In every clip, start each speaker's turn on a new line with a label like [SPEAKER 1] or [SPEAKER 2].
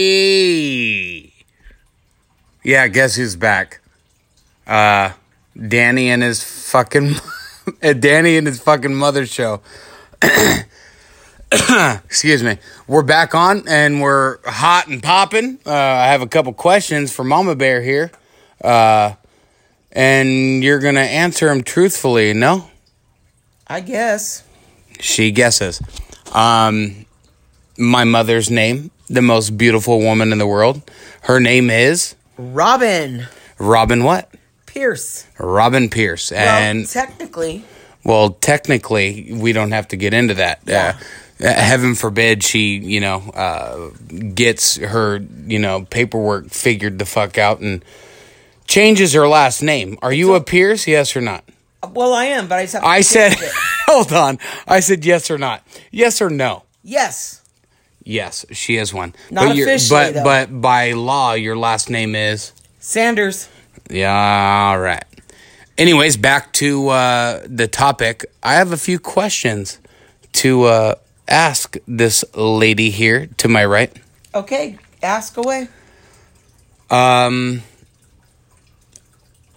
[SPEAKER 1] Yay! Yeah, guess who's back? Uh, Danny and his fucking uh, Danny and his fucking mother show. Excuse me. We're back on and we're hot and popping. Uh, I have a couple questions for Mama Bear here, uh, and you're gonna answer them truthfully. No,
[SPEAKER 2] I guess.
[SPEAKER 1] she guesses. Um, my mother's name, the most beautiful woman in the world. Her name is
[SPEAKER 2] Robin
[SPEAKER 1] Robin. What?
[SPEAKER 2] Pierce.
[SPEAKER 1] Robin Pierce.
[SPEAKER 2] well,
[SPEAKER 1] And
[SPEAKER 2] technically,
[SPEAKER 1] Well, technically, we don't have to get into that.
[SPEAKER 2] Yeah.
[SPEAKER 1] Uh, heaven forbid she, you know, uh, gets her, you know, paperwork figured the fuck out and changes her last name. Are you a Pierce? Yes or not?
[SPEAKER 2] well, I am, but I just have to
[SPEAKER 1] I
[SPEAKER 2] change
[SPEAKER 1] said,
[SPEAKER 2] it.
[SPEAKER 1] hold on. I said yes or not. Yes or no.
[SPEAKER 2] yes.
[SPEAKER 1] Yes, she is one.
[SPEAKER 2] Not
[SPEAKER 1] but you're-
[SPEAKER 2] officially,
[SPEAKER 1] but
[SPEAKER 2] though.
[SPEAKER 1] but by law, your last name is.
[SPEAKER 2] Sanders.
[SPEAKER 1] Yeah, all right. Anyways, back to uh, the topic. I have a few questions to uh, ask this lady here to my right.
[SPEAKER 2] Okay, ask away.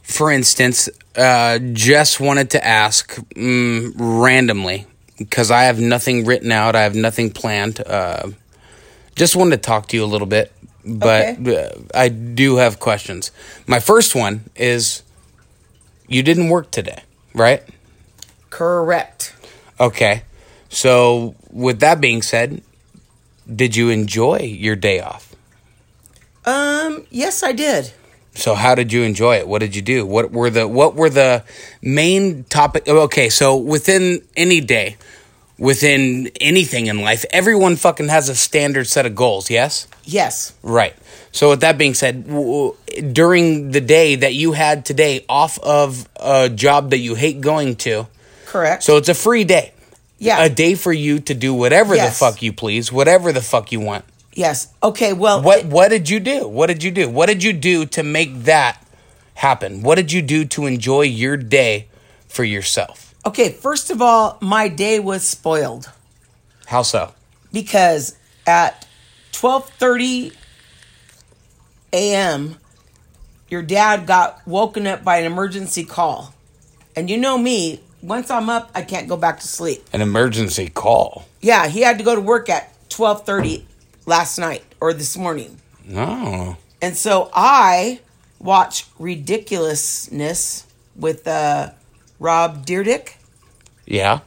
[SPEAKER 1] For instance, uh, just wanted to ask mm, randomly because I have nothing written out, I have nothing planned. Uh, just wanted to talk to you a little bit, but uh, I do have questions. My first one is you didn't work today, right?
[SPEAKER 2] Correct.
[SPEAKER 1] Okay. So, with that being said, did you enjoy your day off?
[SPEAKER 2] Um, yes, I did.
[SPEAKER 1] So, how did you enjoy it? What did you do? What were the what were the main topic? oh, Okay, so within any day, within anything in life, everyone fucking has a standard set of goals, yes?
[SPEAKER 2] Yes.
[SPEAKER 1] Right. So, with that being said, w- w- during the day that you had today off of a job that you hate going to,
[SPEAKER 2] Correct.
[SPEAKER 1] So uh, it's a free day.
[SPEAKER 2] Yeah.
[SPEAKER 1] A day for you to do whatever
[SPEAKER 2] Yes.
[SPEAKER 1] the fuck you please, whatever the fuck you want.
[SPEAKER 2] yes. Okay, well,
[SPEAKER 1] What what did you do? What did you do? What did you do to make that happen? What did you do to enjoy your day for yourself?
[SPEAKER 2] okay, first of all, my day was spoiled
[SPEAKER 1] How so?
[SPEAKER 2] because at 12:30 a.m. your dad got woken up by an emergency call. And you know me, once I'm up, I can't go back to sleep.
[SPEAKER 1] An emergency call.
[SPEAKER 2] Yeah, he had to go to work at 12:30 last night or this morning.
[SPEAKER 1] Oh.
[SPEAKER 2] And so I watch Ridiculousness with uh, Rob Deerdick
[SPEAKER 1] Yeah.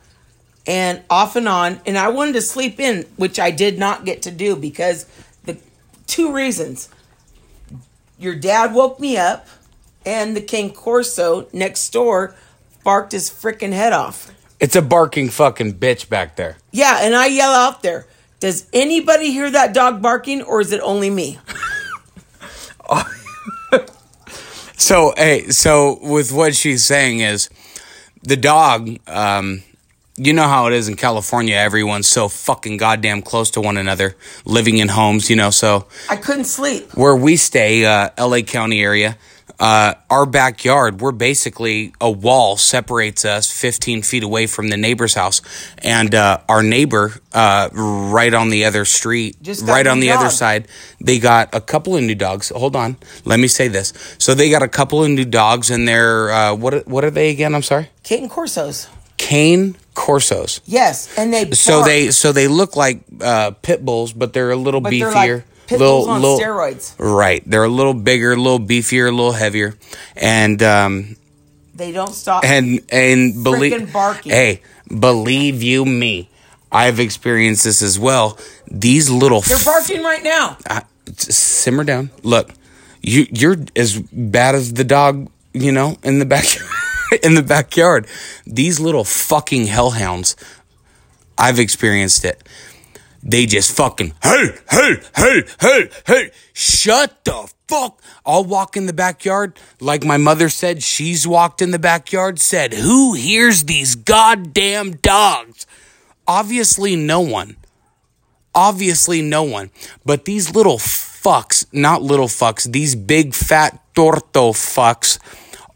[SPEAKER 2] and off and on. And I wanted to sleep in, which I did not get to do because the two reasons your dad woke me up, and the King Corso next door barked his freaking head off.
[SPEAKER 1] It's a barking fucking bitch back there.
[SPEAKER 2] Yeah, and I yell out there, Does anybody hear that dog barking or is it only me?
[SPEAKER 1] So hey, so with what she's saying is the dog, um, you know how it is in California, everyone's so fucking goddamn close to one another, living in homes, you know, so
[SPEAKER 2] I couldn't sleep.
[SPEAKER 1] where we stay, uh, LA County area, uh, our backyard, we're basically a wall separates us 15 feet away from the neighbor's house. And uh, our neighbor, uh, right on the other street,
[SPEAKER 2] Just got
[SPEAKER 1] right
[SPEAKER 2] a
[SPEAKER 1] on
[SPEAKER 2] new
[SPEAKER 1] the other
[SPEAKER 2] dog.
[SPEAKER 1] side, they got a couple of new dogs. Hold on, let me say this. So they got a couple of new dogs, and they're, uh, what, what are they again? I'm sorry?
[SPEAKER 2] King Corsos.
[SPEAKER 1] Cane Corsos.
[SPEAKER 2] Yes, and they
[SPEAKER 1] So
[SPEAKER 2] bark.
[SPEAKER 1] they so they look like uh, pit bulls, but they're a little
[SPEAKER 2] But
[SPEAKER 1] beefier.
[SPEAKER 2] they're like pit
[SPEAKER 1] little,
[SPEAKER 2] bulls on
[SPEAKER 1] little-
[SPEAKER 2] steroids.
[SPEAKER 1] Right. They're a little bigger, a little beefier, a little heavier. And um
[SPEAKER 2] They don't stop.
[SPEAKER 1] and and believe
[SPEAKER 2] Frickin' barking.
[SPEAKER 1] Hey, believe you me, I've experienced this as well. These little
[SPEAKER 2] They're barking right now.
[SPEAKER 1] I- s- simmer down. Look, you you're as bad as the dog, you know, in the back in the backyard. These little fucking hellhounds. I've experienced it. They just fucking hey hey hey hey hey. Shut the fuck. I'll walk in the backyard like my mother said. She's walked in the backyard. Said who hears these goddamn dogs? Obviously, no one obviously no one. But these little fucks, not little fucks, these big fat torto fucks,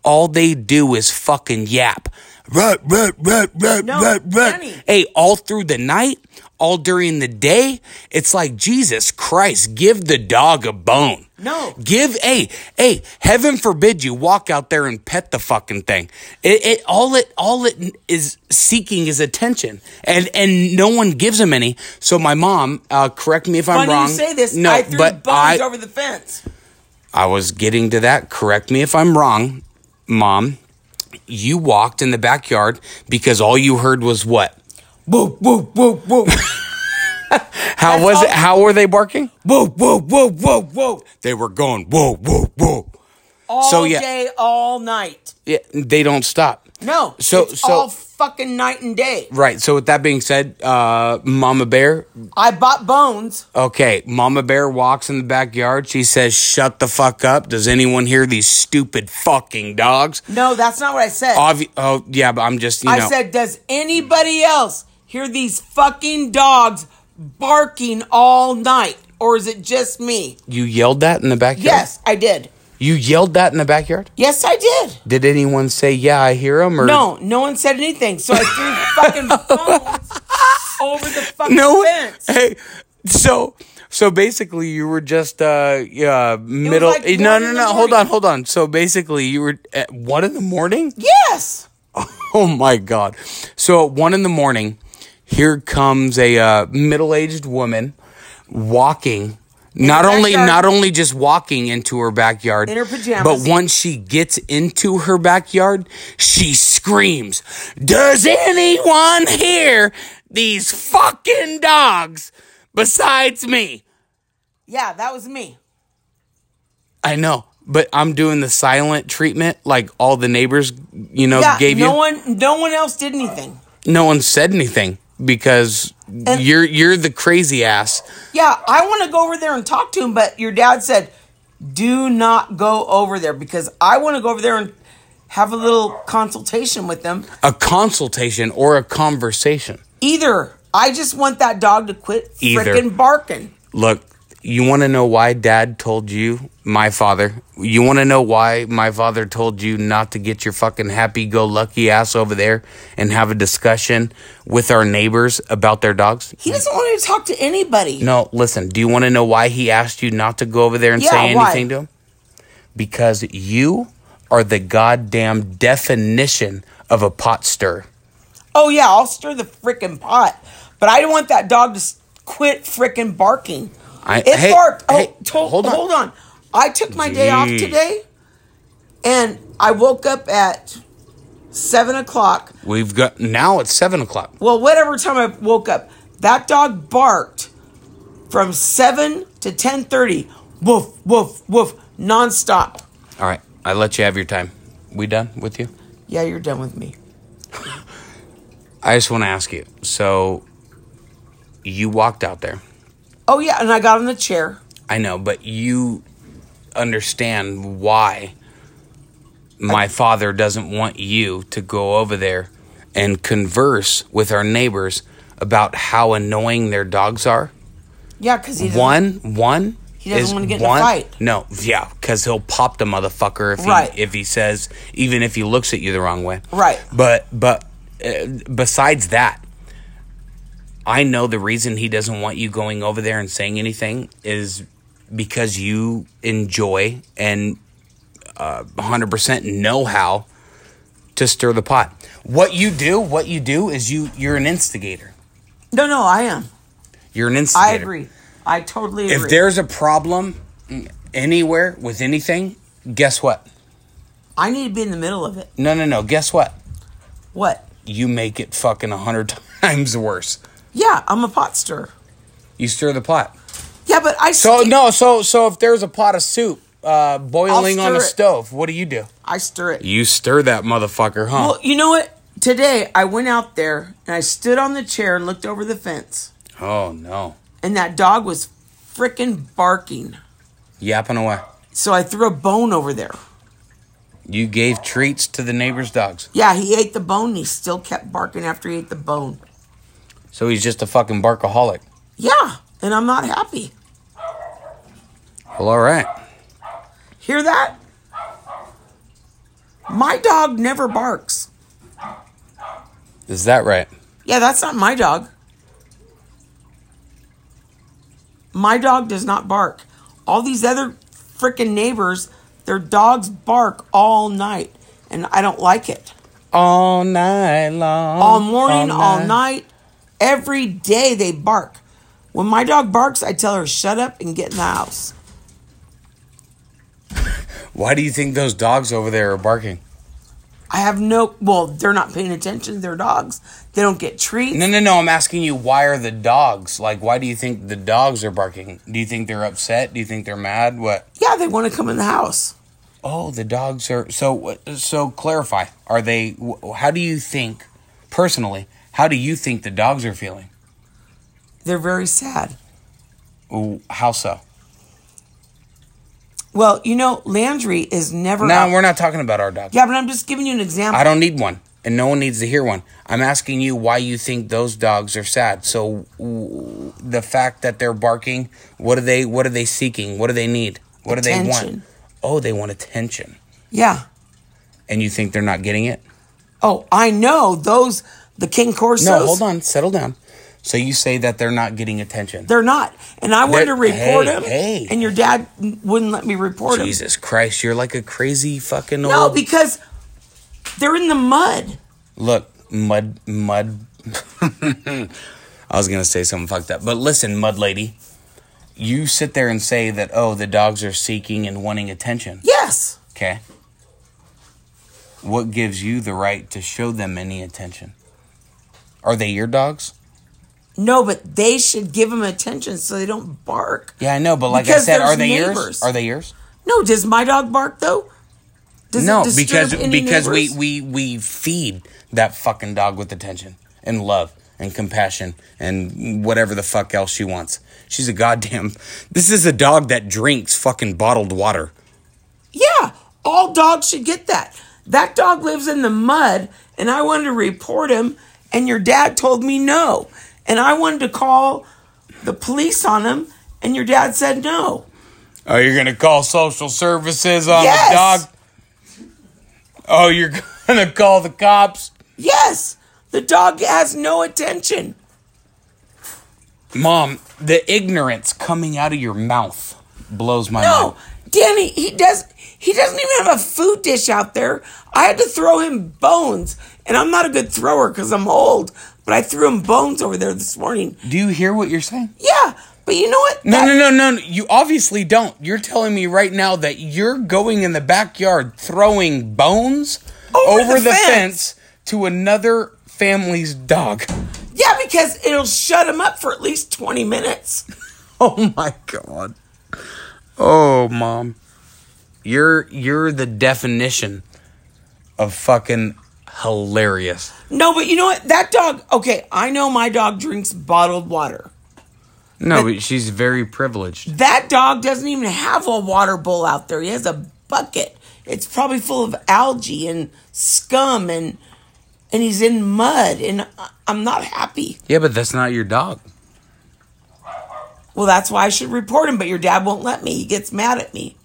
[SPEAKER 1] all they do is fucking yap. Rut, rut, rut, rut,
[SPEAKER 2] No,
[SPEAKER 1] rut, rut.
[SPEAKER 2] Danny.
[SPEAKER 1] Hey, all through the night, all during the day, it's like Jesus Christ, give the dog a bone.
[SPEAKER 2] No.
[SPEAKER 1] Give a hey, heaven forbid you walk out there and pet the fucking thing. It, it all it all it is seeking is attention. And and no one gives him any. So my mom, uh, correct me if I'm
[SPEAKER 2] Funny
[SPEAKER 1] wrong.
[SPEAKER 2] you say this.
[SPEAKER 1] no,
[SPEAKER 2] I threw
[SPEAKER 1] but
[SPEAKER 2] bones
[SPEAKER 1] I,
[SPEAKER 2] over the fence.
[SPEAKER 1] I was getting to that. Correct me if I'm wrong, mom. You walked in the backyard because all you heard was what?
[SPEAKER 2] Whoop, whoop, whoop, whoop.
[SPEAKER 1] How
[SPEAKER 2] That's
[SPEAKER 1] was
[SPEAKER 2] all-
[SPEAKER 1] it? How were they barking?
[SPEAKER 2] whoa, whoa, whoa, whoa, whoa.
[SPEAKER 1] They were going whoa, whoa, whoa.
[SPEAKER 2] All
[SPEAKER 1] So, yeah.
[SPEAKER 2] day, all night.
[SPEAKER 1] Yeah, they don't stop.
[SPEAKER 2] No.
[SPEAKER 1] So-
[SPEAKER 2] it's
[SPEAKER 1] so-
[SPEAKER 2] all fucking night and day.
[SPEAKER 1] Right. So with that being said, uh, Mama Bear.
[SPEAKER 2] I bought bones.
[SPEAKER 1] Okay, Mama Bear walks in the backyard. She says, "Shut the fuck up." Does anyone hear these stupid fucking dogs?
[SPEAKER 2] No, that's not what I said.
[SPEAKER 1] Obvi- oh yeah, but I'm just you know.
[SPEAKER 2] I said, does anybody else hear these fucking dogs barking all night? Or is it just me?
[SPEAKER 1] you yelled that in the backyard.
[SPEAKER 2] Yes, I did.
[SPEAKER 1] You yelled that in the backyard.
[SPEAKER 2] Yes, I did.
[SPEAKER 1] Did anyone say, "Yeah, I hear them"? Or
[SPEAKER 2] No, no one said anything. So I threw fucking bones over the fucking
[SPEAKER 1] no
[SPEAKER 2] fence.
[SPEAKER 1] Hey, so so basically, you were just uh yeah middle.
[SPEAKER 2] like
[SPEAKER 1] eh,
[SPEAKER 2] one
[SPEAKER 1] no,
[SPEAKER 2] in
[SPEAKER 1] no,
[SPEAKER 2] the
[SPEAKER 1] no. Hold
[SPEAKER 2] morning.
[SPEAKER 1] on, hold on. So basically, you were at one in the morning.
[SPEAKER 2] Yes.
[SPEAKER 1] Oh my god! So at one in the morning, here comes a uh, middle-aged woman walking. Not
[SPEAKER 2] her
[SPEAKER 1] only
[SPEAKER 2] backyard.
[SPEAKER 1] not only just walking into her backyard,
[SPEAKER 2] In her pajamas.
[SPEAKER 1] but once she gets into her backyard, she screams, "Does anyone hear these fucking dogs besides me?"
[SPEAKER 2] Yeah, that was me.
[SPEAKER 1] I know, but I'm doing the silent treatment, like all the neighbors, you know,
[SPEAKER 2] Yeah,
[SPEAKER 1] gave
[SPEAKER 2] no
[SPEAKER 1] you.
[SPEAKER 2] one no one else did anything.
[SPEAKER 1] no one said anything because you're you're the crazy ass.
[SPEAKER 2] Yeah, I want to go over there and talk to him, but your dad said, do not go over there because I want to go over there and have a little consultation with them.
[SPEAKER 1] A consultation or a conversation.
[SPEAKER 2] Either I just want that dog to quit
[SPEAKER 1] Either.
[SPEAKER 2] freaking barking.
[SPEAKER 1] Look, you want to know why dad told you, my father, you want to know why my father told you not to get your fucking happy go lucky ass over there and have a discussion with our neighbors about their dogs?
[SPEAKER 2] He doesn't want me to talk to anybody.
[SPEAKER 1] No, listen, do you want to know why he asked you not to go over there and
[SPEAKER 2] Yeah,
[SPEAKER 1] say
[SPEAKER 2] why?
[SPEAKER 1] anything to him? Because you are the goddamn definition of a pot stir.
[SPEAKER 2] Oh yeah, I'll stir the freaking pot, but I don't want that dog to s- quit freaking barking.
[SPEAKER 1] I-
[SPEAKER 2] it
[SPEAKER 1] hey,
[SPEAKER 2] barked. Oh,
[SPEAKER 1] hey,
[SPEAKER 2] to-
[SPEAKER 1] hold
[SPEAKER 2] hold
[SPEAKER 1] on.
[SPEAKER 2] on. I took my day off
[SPEAKER 1] Jeez.
[SPEAKER 2] today, and I woke up at seven o'clock.
[SPEAKER 1] We've got now it's seven o'clock.
[SPEAKER 2] Well, whatever time I woke up, that dog barked from seven to ten thirty. Woof woof woof, nonstop.
[SPEAKER 1] All right, I let you have your time. We done with you?
[SPEAKER 2] Yeah, you're done with me.
[SPEAKER 1] I just want to ask you. So, you walked out there.
[SPEAKER 2] Oh yeah, and I got on the chair.
[SPEAKER 1] I know, but you understand why my father doesn't want you to go over there and converse with our neighbors about how annoying their dogs are.
[SPEAKER 2] Yeah, because he doesn't-
[SPEAKER 1] One, one. He
[SPEAKER 2] doesn't wanna get in a fight.
[SPEAKER 1] No, yeah, because he'll pop the motherfucker if
[SPEAKER 2] Right.
[SPEAKER 1] he if he says even if he looks at you the wrong way.
[SPEAKER 2] Right.
[SPEAKER 1] But but uh, besides that, I know the reason he doesn't want you going over there and saying anything is because you enjoy and uh, hundred percent know how to stir the pot. What you do, what you do is you you're an instigator.
[SPEAKER 2] No, no, I am.
[SPEAKER 1] You're an
[SPEAKER 2] I
[SPEAKER 1] instigator.
[SPEAKER 2] agree. I totally agree.
[SPEAKER 1] If there's a problem anywhere with anything, guess what?
[SPEAKER 2] I need to be in the middle of it.
[SPEAKER 1] No, no, no. Guess what?
[SPEAKER 2] What?
[SPEAKER 1] You make it fucking a hundred times worse.
[SPEAKER 2] Yeah, I'm a pot stirrer.
[SPEAKER 1] You stir the pot.
[SPEAKER 2] Yeah, but I
[SPEAKER 1] So
[SPEAKER 2] stir,
[SPEAKER 1] no, so so if there's a pot of soup uh, boiling on
[SPEAKER 2] stir
[SPEAKER 1] a
[SPEAKER 2] it.
[SPEAKER 1] stove, what do you do?
[SPEAKER 2] I stir it.
[SPEAKER 1] You stir that motherfucker, huh?
[SPEAKER 2] Well, you know what? Today I went out there and I stood on the chair and looked over the fence,
[SPEAKER 1] oh no,
[SPEAKER 2] and that dog was freaking barking.
[SPEAKER 1] yapping away.
[SPEAKER 2] So I threw a bone over there.
[SPEAKER 1] You gave treats to the neighbor's dogs,
[SPEAKER 2] Yeah, he ate the bone. And he still kept barking after he ate the bone.
[SPEAKER 1] so he's just a fucking barkaholic.
[SPEAKER 2] Yeah, and I'm not happy.
[SPEAKER 1] Well, all right.
[SPEAKER 2] Hear that? My dog never barks.
[SPEAKER 1] Is that right?
[SPEAKER 2] Yeah, that's not my dog. My dog does not bark. All these other freaking neighbors, their dogs bark all night, and I don't like it.
[SPEAKER 1] All night long.
[SPEAKER 2] All morning,
[SPEAKER 1] oh,
[SPEAKER 2] all night. every day they bark. When my dog barks, I tell her, shut up and get in the house.
[SPEAKER 1] Why do you think those dogs over there are barking?
[SPEAKER 2] I have no, well, they're not paying attention to their dogs. They don't get treats.
[SPEAKER 1] No, no, no. I'm asking you, why are the dogs? Like, why do you think the dogs are barking? Do you think they're upset? Do you think they're mad? What?
[SPEAKER 2] Yeah, they want to come in the house.
[SPEAKER 1] Oh, the dogs are. So, what- so clarify. Are they. wh- How do you think, personally, how do you think the dogs are feeling?
[SPEAKER 2] They're very sad.
[SPEAKER 1] Ooh, How so?
[SPEAKER 2] Well, you know, Landry is never.
[SPEAKER 1] No,
[SPEAKER 2] out- Um,
[SPEAKER 1] we're not talking about our dogs.
[SPEAKER 2] Yeah, but I'm just giving you an example.
[SPEAKER 1] I don't need one, and no one needs to hear one. I'm asking you why you think those dogs are sad. So w- the fact that they're barking, what are they? What are they seeking? What do they need? What do they want?
[SPEAKER 2] Attention.
[SPEAKER 1] Oh, they want attention,
[SPEAKER 2] yeah.
[SPEAKER 1] and you think they're not getting it?
[SPEAKER 2] Oh, I know those. The King Corsos.
[SPEAKER 1] No, hold on, settle down. So you say that they're not getting attention?
[SPEAKER 2] They're not. And I wanted to
[SPEAKER 1] They're-
[SPEAKER 2] report
[SPEAKER 1] hey,
[SPEAKER 2] him.
[SPEAKER 1] hey.
[SPEAKER 2] And your dad wouldn't let me report him.
[SPEAKER 1] Jesus Christ, you're like a crazy fucking
[SPEAKER 2] No,
[SPEAKER 1] old.
[SPEAKER 2] because they're in the mud.
[SPEAKER 1] Look, mud, mud. I was gonna say something fucked up, but listen, mud lady, you sit there and say that oh, the dogs are seeking and wanting attention.
[SPEAKER 2] Yes.
[SPEAKER 1] Okay. What gives you the right to show them any attention? Are they your dogs?
[SPEAKER 2] No, but they should give him attention so they don't bark.
[SPEAKER 1] Yeah, I know, but like
[SPEAKER 2] Because
[SPEAKER 1] I said,
[SPEAKER 2] there's
[SPEAKER 1] are they
[SPEAKER 2] neighbors.
[SPEAKER 1] yours? Are they yours?
[SPEAKER 2] No, does my dog bark though? Does it
[SPEAKER 1] no,
[SPEAKER 2] disturb
[SPEAKER 1] because
[SPEAKER 2] any
[SPEAKER 1] because we,
[SPEAKER 2] neighbors?
[SPEAKER 1] we we feed that fucking dog with attention and love and compassion and whatever the fuck else she wants. She's a goddamn. This is a dog that drinks fucking bottled water.
[SPEAKER 2] Yeah, all dogs should get that. That dog lives in the mud, and I wanted to report him, and your dad told me no. And I wanted to call the police on him, and your dad said no.
[SPEAKER 1] Oh, you're gonna call social services on
[SPEAKER 2] Yes!
[SPEAKER 1] the dog? Oh, you're gonna call the cops?
[SPEAKER 2] Yes, the dog has no attention.
[SPEAKER 1] Mom, the ignorance coming out of your mouth blows my
[SPEAKER 2] No,
[SPEAKER 1] mind.
[SPEAKER 2] Danny, he does. He doesn't even have a food dish out there. I had to throw him bones, and I'm not a good thrower because I'm old. But I threw him bones over there this morning.
[SPEAKER 1] Do you hear what you're saying?
[SPEAKER 2] Yeah, but you know what?
[SPEAKER 1] No,
[SPEAKER 2] That-
[SPEAKER 1] no, no, no, no. You obviously don't. You're telling me right now that you're going in the backyard throwing bones
[SPEAKER 2] Over
[SPEAKER 1] over,
[SPEAKER 2] the
[SPEAKER 1] the,
[SPEAKER 2] fence.
[SPEAKER 1] fence. to another family's dog.
[SPEAKER 2] Yeah, because it'll shut him up for at least 20 minutes.
[SPEAKER 1] Oh my god. Oh, mom. You're you're the definition of fucking hilarious.
[SPEAKER 2] No, but you know what? That dog, okay, I know my dog drinks bottled water.
[SPEAKER 1] No, but she's very privileged.
[SPEAKER 2] That dog doesn't even have a water bowl out there. He has a bucket. It's probably full of algae and scum and and he's in mud and I- I'm not happy.
[SPEAKER 1] Yeah, but that's not your dog.
[SPEAKER 2] Well, that's why I should report him, but your dad won't let me. He gets mad at me.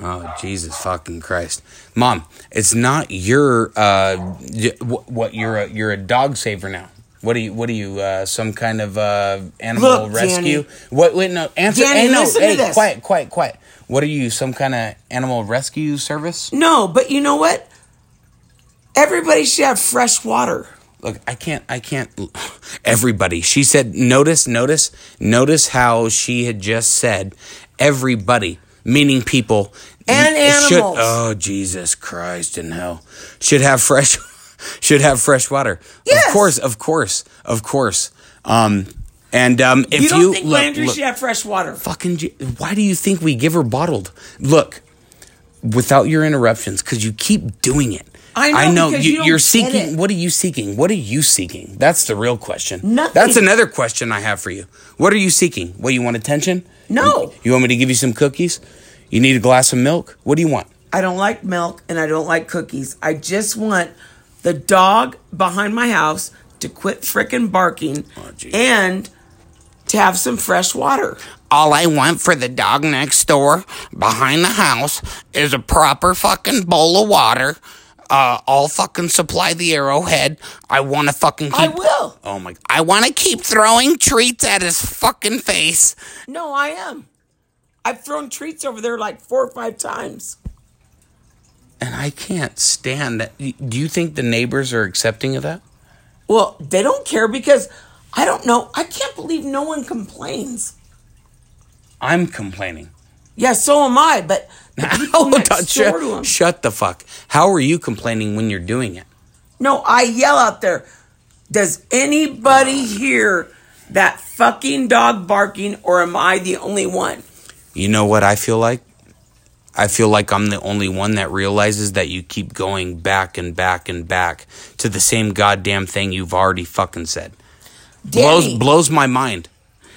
[SPEAKER 1] Oh Jesus fucking Christ, Mom! It's not your uh, y- wh- what you're a, you're a dog saver now. What are you? What are you? Uh, some kind of uh, animal
[SPEAKER 2] Look,
[SPEAKER 1] rescue?
[SPEAKER 2] Danny.
[SPEAKER 1] What? Wait, no. Answer.
[SPEAKER 2] Danny,
[SPEAKER 1] hey, no.
[SPEAKER 2] listen to
[SPEAKER 1] hey,
[SPEAKER 2] this.
[SPEAKER 1] quiet, quiet, quiet. What are you? Some kind of animal rescue service?
[SPEAKER 2] No, but you know what? Everybody should have fresh water.
[SPEAKER 1] Look, I can't. I can't. Everybody. She said. Notice. Notice. Notice how she had just said. Everybody, meaning people
[SPEAKER 2] And
[SPEAKER 1] It
[SPEAKER 2] animals.
[SPEAKER 1] oh Jesus Christ in hell! Should have fresh, should have fresh water.
[SPEAKER 2] Yes.
[SPEAKER 1] Of course, of course, of course. Um, and um, if
[SPEAKER 2] You
[SPEAKER 1] you,
[SPEAKER 2] don't think
[SPEAKER 1] look,
[SPEAKER 2] Landry
[SPEAKER 1] look,
[SPEAKER 2] should have fresh water?
[SPEAKER 1] fucking, Je- why do you think we give her bottled? Look, without your interruptions, because you keep doing it.
[SPEAKER 2] I know, because you don't
[SPEAKER 1] are
[SPEAKER 2] get
[SPEAKER 1] seeking.
[SPEAKER 2] it.
[SPEAKER 1] What are you seeking? What are you seeking? That's the real question.
[SPEAKER 2] Nothing.
[SPEAKER 1] That's another question I have for you. What are you seeking? What you want attention?
[SPEAKER 2] No.
[SPEAKER 1] You want me to give you some cookies? You need a glass of milk? What do you want?
[SPEAKER 2] I don't like milk and I don't like cookies. I just want the dog behind my house to quit frickin' barking
[SPEAKER 1] geez.
[SPEAKER 2] and to have some fresh water.
[SPEAKER 1] All I want for the dog next door behind the house is a proper fucking bowl of water, Uh, I'll fucking supply the arrowhead. I want to fucking keep.
[SPEAKER 2] I will.
[SPEAKER 1] Oh my! I want to keep throwing treats at his fucking face.
[SPEAKER 2] No, I am. I've thrown treats over there like four or five times.
[SPEAKER 1] And I can't stand that. Do you think the neighbors are accepting of that?
[SPEAKER 2] Well, they don't care because I don't know. I can't believe no one complains.
[SPEAKER 1] I'm complaining.
[SPEAKER 2] Yeah, so am I. But the people
[SPEAKER 1] Hold
[SPEAKER 2] next
[SPEAKER 1] on,
[SPEAKER 2] door to 'em-
[SPEAKER 1] shut, shut the fuck. How are you complaining when you're doing it?
[SPEAKER 2] No, I yell out there. Does anybody hear that fucking dog barking, or am I the only one?
[SPEAKER 1] You know what I feel like? I feel like I'm the only one that realizes that you keep going back and back and back to the same goddamn thing you've already fucking said. Blows
[SPEAKER 2] Danny,
[SPEAKER 1] blows my mind.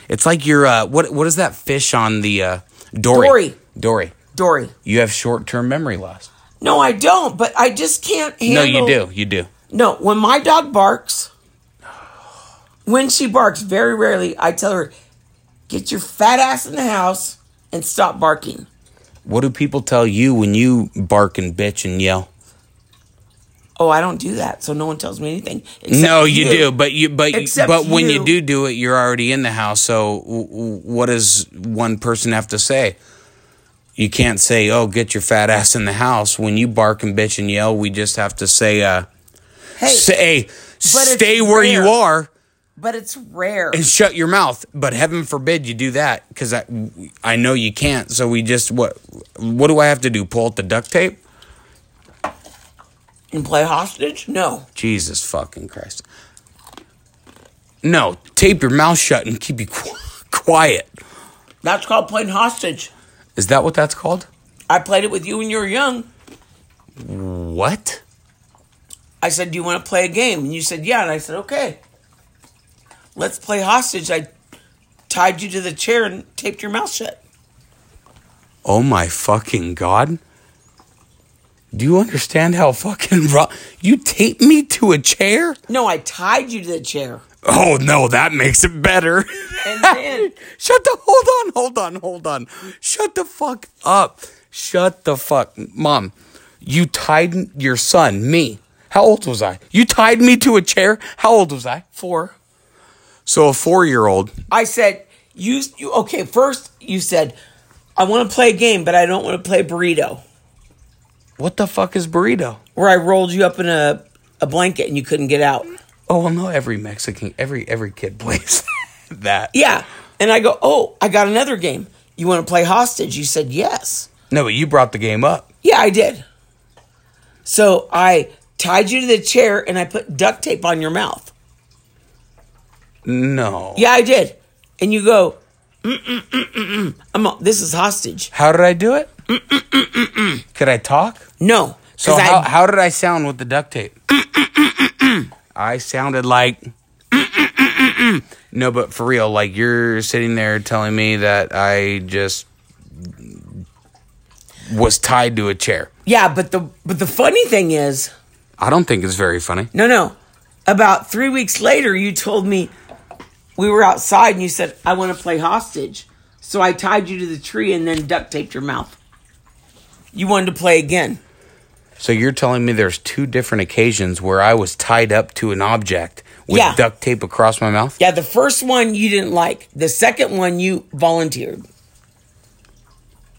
[SPEAKER 1] It's like you're uh what what is that fish on the uh Dory?
[SPEAKER 2] Dory.
[SPEAKER 1] Dory.
[SPEAKER 2] Dory.
[SPEAKER 1] You have short-term memory loss.
[SPEAKER 2] No, I don't. But I just can't
[SPEAKER 1] No,
[SPEAKER 2] handle.
[SPEAKER 1] you do. You do.
[SPEAKER 2] No, when my dog barks, when she barks, very rarely I tell her, "Get your fat ass in the house and stop barking."
[SPEAKER 1] What do people tell you when you bark and bitch and yell?
[SPEAKER 2] Oh, I don't do that, so no one tells me anything. except
[SPEAKER 1] No, you, do, but you but you-
[SPEAKER 2] Except
[SPEAKER 1] but when you
[SPEAKER 2] you.
[SPEAKER 1] do do it, you're already in the house. So w- w- what does one person have to say? You can't say, "Oh, get your fat ass in the house." When you bark and bitch and yell, we just have to say, uh,
[SPEAKER 2] Hey,
[SPEAKER 1] "Say, hey,
[SPEAKER 2] it's
[SPEAKER 1] stay where you
[SPEAKER 2] rare.
[SPEAKER 1] are
[SPEAKER 2] but it's rare.
[SPEAKER 1] and shut your mouth." But heaven forbid you do that because I I know you can't. So we just what what do I have to do? Pull out the duct tape?
[SPEAKER 2] and play hostage? No.
[SPEAKER 1] Jesus fucking Christ! No, tape your mouth shut and keep you qu- quiet.
[SPEAKER 2] That's called playing hostage.
[SPEAKER 1] Is that what that's called?
[SPEAKER 2] I played it with you when you were young.
[SPEAKER 1] What?
[SPEAKER 2] I said, Do you want to play a game? And you said, Yeah. And I said, Okay. Let's play hostage. I tied you to the chair and taped your mouth shut.
[SPEAKER 1] Oh my fucking god. Do you understand how fucking raw? You tape me to a chair?
[SPEAKER 2] No, I tied you to the chair.
[SPEAKER 1] Oh no, that makes it better.
[SPEAKER 2] And then-
[SPEAKER 1] Shut the hold on, hold on, hold on. Shut the fuck up. Shut the fuck. Mom, you tied your son, me. How old was I? You tied me to a chair? How old was I? Four. So a four year old.
[SPEAKER 2] I said, you, you, okay, first you said, I want to play a game, but I don't want to play burrito,
[SPEAKER 1] What the fuck is burrito?
[SPEAKER 2] where I rolled you up in a, a blanket and you couldn't get out.
[SPEAKER 1] Oh well, no. Every Mexican, every every kid plays that.
[SPEAKER 2] Yeah. And I go, Oh, I got another game. You want to play hostage? You said, Yes.
[SPEAKER 1] No, but you brought the game up.
[SPEAKER 2] Yeah, I did. So I tied you to the chair and I put duct tape on your mouth.
[SPEAKER 1] No.
[SPEAKER 2] Yeah, I did. And you go, Mm-mm-mm-mm-mm. I'm all, this is hostage.
[SPEAKER 1] How did I do it? Could I talk?
[SPEAKER 2] No.
[SPEAKER 1] So
[SPEAKER 2] 'cause I-
[SPEAKER 1] how, how did I sound with the duct tape? I sounded like. No, but for real, like you're sitting there telling me that I just was tied to a chair.
[SPEAKER 2] yeah, but the but the funny thing is,
[SPEAKER 1] I don't think it's very funny.
[SPEAKER 2] no, no. About three weeks later, you told me we were outside and you said, I want to play hostage. So I tied you to the tree and then duct taped your mouth. You wanted to play again.
[SPEAKER 1] So you're telling me there's two different occasions where I was tied up to an object with
[SPEAKER 2] Yeah.
[SPEAKER 1] duct tape across my mouth?
[SPEAKER 2] Yeah, the first one you didn't like. The second one you volunteered.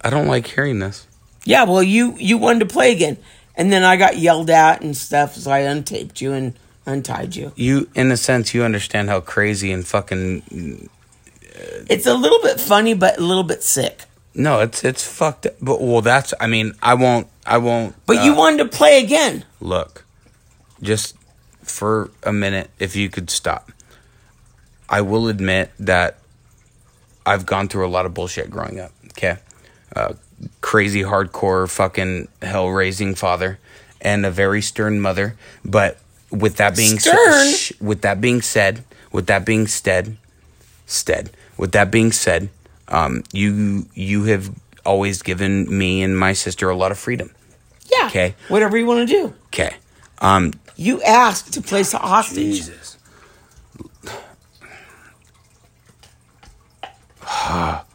[SPEAKER 1] I don't like hearing this.
[SPEAKER 2] Yeah, well, you you wanted to play again, and then I got yelled at and stuff, so I untaped you and untied you.
[SPEAKER 1] You, in a sense, you understand how crazy and fucking
[SPEAKER 2] It's a little bit funny, but a little bit sick.
[SPEAKER 1] no, it's it's fucked. Up. But well, that's I mean, I won't, I won't.
[SPEAKER 2] But you wanted to play again.
[SPEAKER 1] look, just for a minute, if you could stop. I will admit that I've gone through a lot of bullshit growing up. Okay. Uh, crazy, hardcore, fucking hell raising father and a very stern mother. But with that being sa-
[SPEAKER 2] Stern?
[SPEAKER 1] sh- with that being said, with that being said, stead. With that being said, um, you you have always given me and my sister a lot of freedom.
[SPEAKER 2] Yeah.
[SPEAKER 1] Okay.
[SPEAKER 2] Whatever you want to do.
[SPEAKER 1] Okay. Um,
[SPEAKER 2] You asked to play so- hostage.
[SPEAKER 1] Jesus.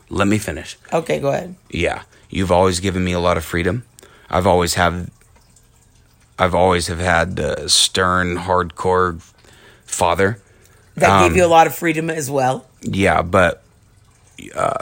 [SPEAKER 1] Let me finish.
[SPEAKER 2] Okay, go ahead.
[SPEAKER 1] Yeah, you've always given me a lot of freedom. I've always have. I've always have had a stern, hardcore father.
[SPEAKER 2] That gave you a lot of freedom as well.
[SPEAKER 1] Yeah, but uh,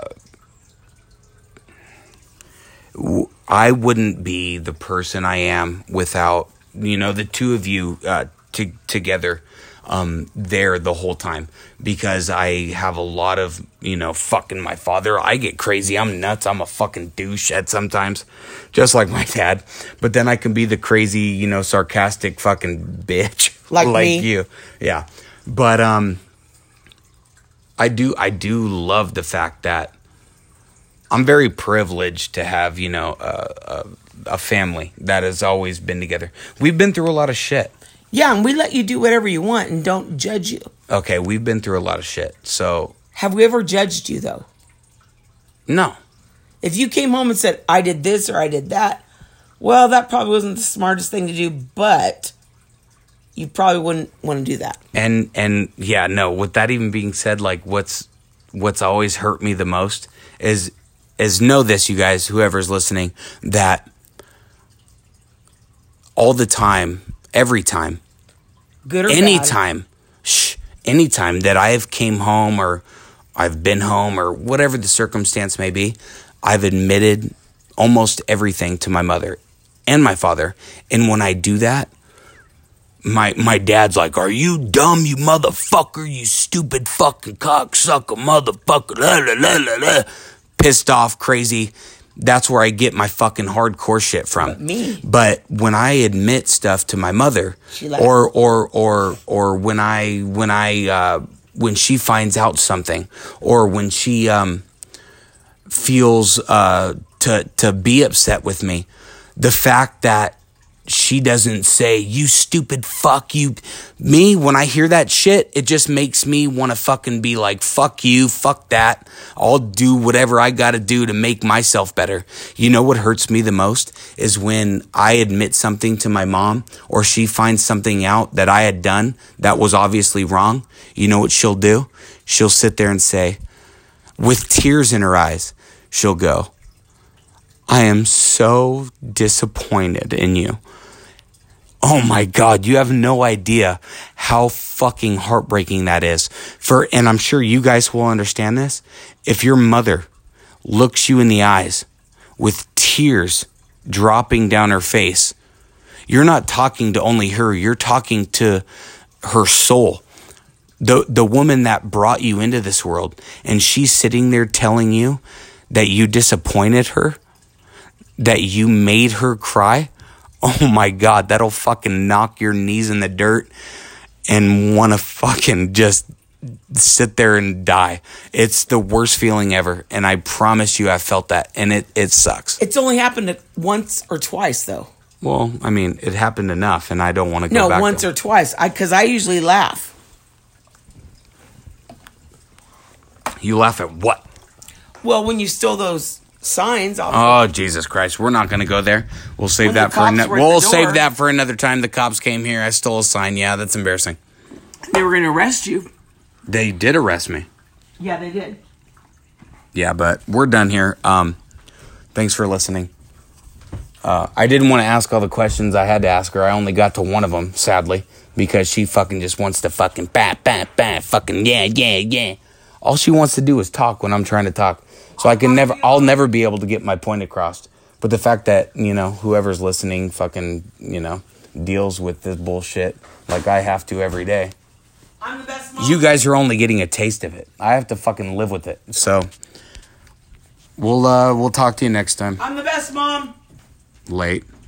[SPEAKER 1] w- I wouldn't be the person I am without you know the two of you uh, to, together um, there the whole time because I have a lot of you know fucking my father. I get crazy. I'm nuts. I'm a fucking douche at sometimes, just like my dad. But then I can be the crazy you know sarcastic fucking bitch
[SPEAKER 2] Like me.
[SPEAKER 1] you. Yeah, but um. I do I do love the fact that I'm very privileged to have you know a, a, a family that has always been together. We've been through a lot of shit.
[SPEAKER 2] Yeah, and we let you do whatever you want and don't judge you.
[SPEAKER 1] Okay, we've been through a lot of shit. So
[SPEAKER 2] Have we ever judged you though?
[SPEAKER 1] no,
[SPEAKER 2] If you came home and said, I did this or I did that, well, that probably wasn't the smartest thing to do, but you probably wouldn't want to do that.
[SPEAKER 1] and and yeah, no. With that even being said, like what's what's always hurt me the most is is know this, you guys, whoever's listening, that all the time, every time,
[SPEAKER 2] Good or bad.
[SPEAKER 1] anytime shh, anytime that i've came home or i've been home or whatever the circumstance may be i've admitted almost everything to my mother and my father and when i do that my my dad's like, "Are you dumb, you motherfucker, you stupid fucking cocksucker, motherfucker?" La, la, la, la, la. Pissed off, crazy. That's where I get my fucking hardcore shit from. But
[SPEAKER 2] me.
[SPEAKER 1] But when I admit stuff to my mother,
[SPEAKER 2] She laughs.
[SPEAKER 1] or or or or when I when I uh, when she finds out something, or when she um, feels uh, to to be upset with me, the fact that she doesn't say you stupid fuck you me when i hear that shit it just makes me want to fucking be like fuck you fuck that i'll do whatever i got to do to make myself better you know what hurts me the most is when i admit something to my mom or she finds something out that i had done that was obviously wrong you know what she'll do she'll sit there and say with tears in her eyes she'll go I am so disappointed in you. Oh my God, you have no idea how fucking heartbreaking that is. For, and I'm sure you guys will understand this. If your mother looks you in the eyes with tears dropping down her face, you're not talking to only her, you're talking to her soul the the woman that brought you into this world and she's sitting there telling you that you disappointed her that you made her cry oh my god that'll fucking knock your knees in the dirt and want to fucking just sit there and die it's the worst feeling ever and i promise you i felt that and it it sucks
[SPEAKER 2] It's only happened once or twice though.
[SPEAKER 1] well i mean it happened enough and i don't want to go
[SPEAKER 2] No,
[SPEAKER 1] back
[SPEAKER 2] once
[SPEAKER 1] to,
[SPEAKER 2] or twice. I cuz I usually laugh.
[SPEAKER 1] you laugh at what
[SPEAKER 2] Well, when you stole those signs off
[SPEAKER 1] Oh Jesus Christ! We're not going to go there. We'll save
[SPEAKER 2] When the
[SPEAKER 1] that for
[SPEAKER 2] cops
[SPEAKER 1] ano-
[SPEAKER 2] were at
[SPEAKER 1] we'll
[SPEAKER 2] the
[SPEAKER 1] save
[SPEAKER 2] door.
[SPEAKER 1] that for another time. The cops came here. I stole a sign. Yeah, that's embarrassing.
[SPEAKER 2] they were going to arrest you.
[SPEAKER 1] They did arrest me.
[SPEAKER 2] Yeah, they did.
[SPEAKER 1] Yeah, but we're done here. Um, thanks for listening. Uh, I didn't want to ask all the questions I had to ask her. I only got to one of them, sadly, because she fucking just wants to fucking bah bah bah fucking yeah yeah yeah. All she wants to do is talk when I'm trying to talk, so I can never. I'll never be able to get my point across. But the fact that you know whoever's listening fucking you know deals with this bullshit like I have to every day.
[SPEAKER 2] I'm the best
[SPEAKER 1] You guys are only getting a taste of it. I have to fucking live with it. So we'll uh we'll talk to you next time.
[SPEAKER 2] I'm the best mom.
[SPEAKER 1] Late.